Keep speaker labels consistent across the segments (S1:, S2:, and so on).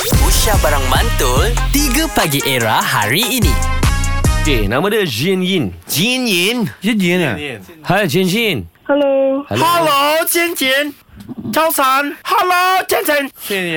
S1: Aisyah Barang Mantul 3 Pagi Era hari ini
S2: Okay, nama dia Jin Yin.
S1: Jin Yin
S2: Jin Yin ah? Hai, Jin Jin.
S3: Hello,
S4: Hello，芊芊，早晨。Hello，芊芊。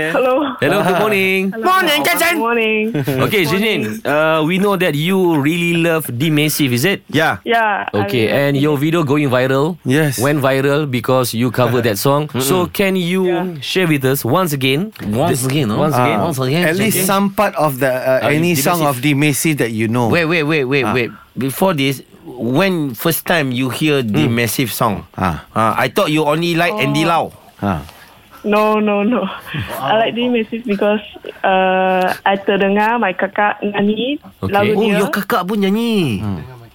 S3: hello.
S2: Hello, good morning.
S4: Morning，芊
S3: Good
S4: 芊。
S3: morning.
S2: Okay, Jin Jin, uh, we know that you really love D-Massive, is it?
S5: Yeah.
S3: Yeah. I
S2: Okay, eh. and
S3: mean,
S2: your video going viral.
S5: Yes.
S2: Went viral because you covered that song. So can you
S3: Yeah.
S2: share with us once again? Once again, no? Once again. once again.
S5: At least some part of the uh,
S2: Ah,
S6: Uh,
S5: any
S6: the
S5: song of the Macy that you know.
S6: Wait, wait, wait,
S5: Ah.
S6: wait, wait. Before this, when first time you hear the massive song,
S5: Hmm. Ah.
S6: uh, I thought you only like Andy Lau.
S5: Ah.
S3: no, no, no. I like this message because uh, I terdengar my kakak nyanyi
S2: Okay.
S3: lagu
S6: Oh,
S3: dia.
S6: your kakak pun nyanyi.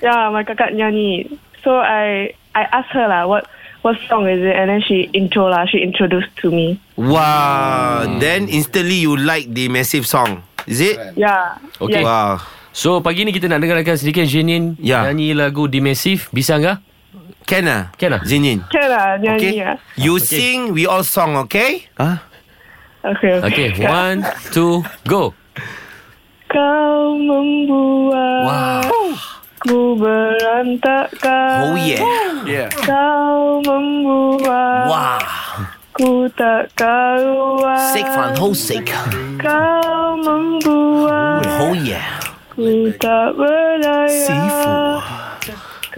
S3: yeah, my kakak nyanyi. So I I asked her lah what what song is it, and then she intro lah. She introduced to me.
S6: Wow.
S5: Hmm.
S6: Then instantly you like the massive song. Is it?
S3: Yeah.
S2: Okay.
S3: Yeah.
S6: Wow.
S2: So pagi ni kita nak dengarkan sedikit Jin Yin
S6: Yeah.
S2: nyanyi lagu D-Massive. Bisa enggak?
S6: Can ah?
S2: Can ah?
S6: Zinin.
S3: Can lah nyanyi
S6: Okay.
S3: lah.
S6: You sing, we all song, okay?
S5: Ah.
S3: Okay.
S2: Okay, one, two, go.
S3: Kau membuat ku berantakan.
S6: Oh yeah.
S3: Kau membuat
S6: Wow.
S3: Ku tak karuan
S6: Sick fun, whole sick.
S3: Kau membuat
S6: Oh yeah.
S3: Ku tak berdaya
S6: Seafood.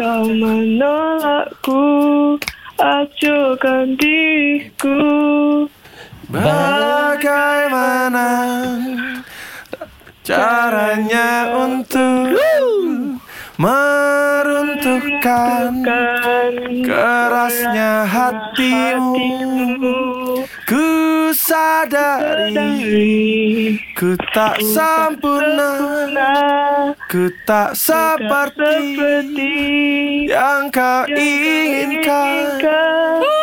S3: Kau menolakku Acuhkan diriku
S5: Bagaimana caranya untuk meruntuhkan
S3: Kan
S5: kerasnya
S3: hatimu
S5: Ku sadari
S3: Dari
S5: ku tak sempurna,
S3: Nah
S5: ku tak
S3: tak Seperti
S5: yang kau
S3: Inginkan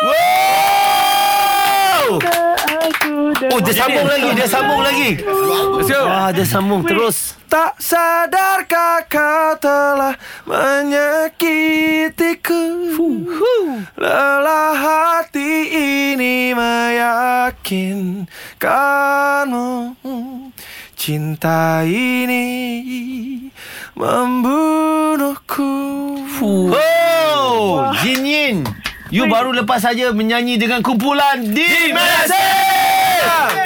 S6: Wow.
S3: Aku dan
S6: Oh, dia sambung lagi, dia sambung lagi.
S2: Let's go.
S6: Wah, dia sambung terus.
S5: Tak sadarkah kau telah menyakitiku Lelah hati ini meyakinkanmu Cinta ini membunuhku
S6: Oh, Jin Yin. You baru lepas saja menyanyi dengan kumpulan di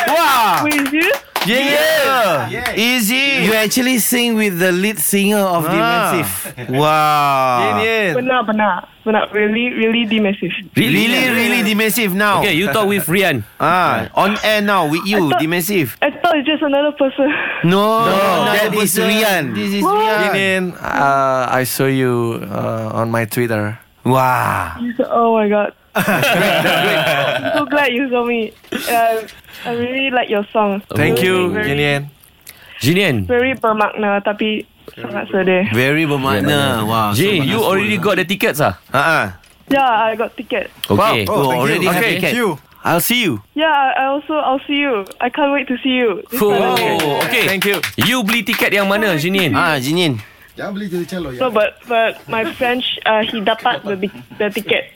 S6: Wah,
S3: With you
S6: yeah. Easy. Ah.
S5: You actually sing with the lead singer of The Massive
S6: Wow.
S5: Kan?
S3: Benar benar Benar really really dimesif
S6: Really, really Dimensive now.
S2: Okay, you talk with Rian.
S6: Ah, on air now with you, Dimensive.
S3: I thought it's just another person
S5: No,
S6: Oh, that is Rian. This is Rian.
S5: Yin, uh, I saw you uh, on my Twitter.
S6: Wow.
S3: Oh my god I'm so glad you saw me uh, I really like your song
S5: Thank you,
S3: Very-
S5: Yin Yin.
S2: Jin Yin.
S3: Very bermakna Tapi sangat sedih
S6: Very bermakna. Wow.
S2: Jin, you already got the tickets ah?
S6: Ah.
S3: Yeah Ya, I got ticket
S2: Okay.
S6: Oh, already have
S2: Okay.
S6: ticket.
S5: you. I'll see you.
S3: Yeah I I also I'll see you I can't wait to see you This
S2: Oh,
S3: Saturday.
S2: okay. Thank you. You beli tiket yang mana, Jinin?
S6: Ah, Jinin.
S3: No but but my friend uh, He dapat the, ti- the ticket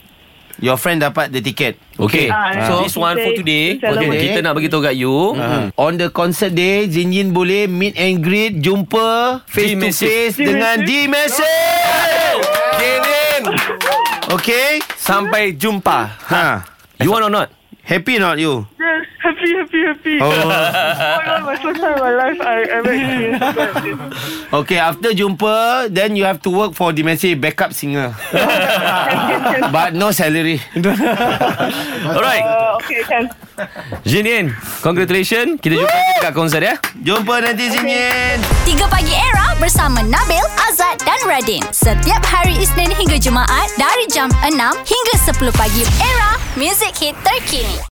S6: Your friend dapat the ticket.
S2: Okay.
S3: Ah,
S2: So
S3: so
S2: this one for today,
S3: today, to
S2: okay.
S3: celebrate.
S2: kita nak bagi tahu kat you.
S6: Hmm. On the concert day Jin Yin boleh meet and greet Jumpa face to
S2: D-Massive.
S6: face Dengan D-Massive Jin Yin Okay
S5: Sampai jumpa.
S6: ha.
S2: You want or not?
S6: Happy not you?
S3: Yes Happy happy happy Oh, my god My first time in my life I ever experienced something like this
S6: Okay after jumpa Then you have to work for D-Massive Backup singer But no salary
S2: Alright.
S3: Uh, okay can
S2: Jinin, congratulations. Kita jumpa lagi dekat konsert ya.
S6: Jumpa nanti Jin Yin
S7: 3 Pagi Era bersama Nabil, Azad dan Radin. Setiap hari Isnin hingga Jumaat dari jam 6 hingga 10 pagi. Era, music hit terkini.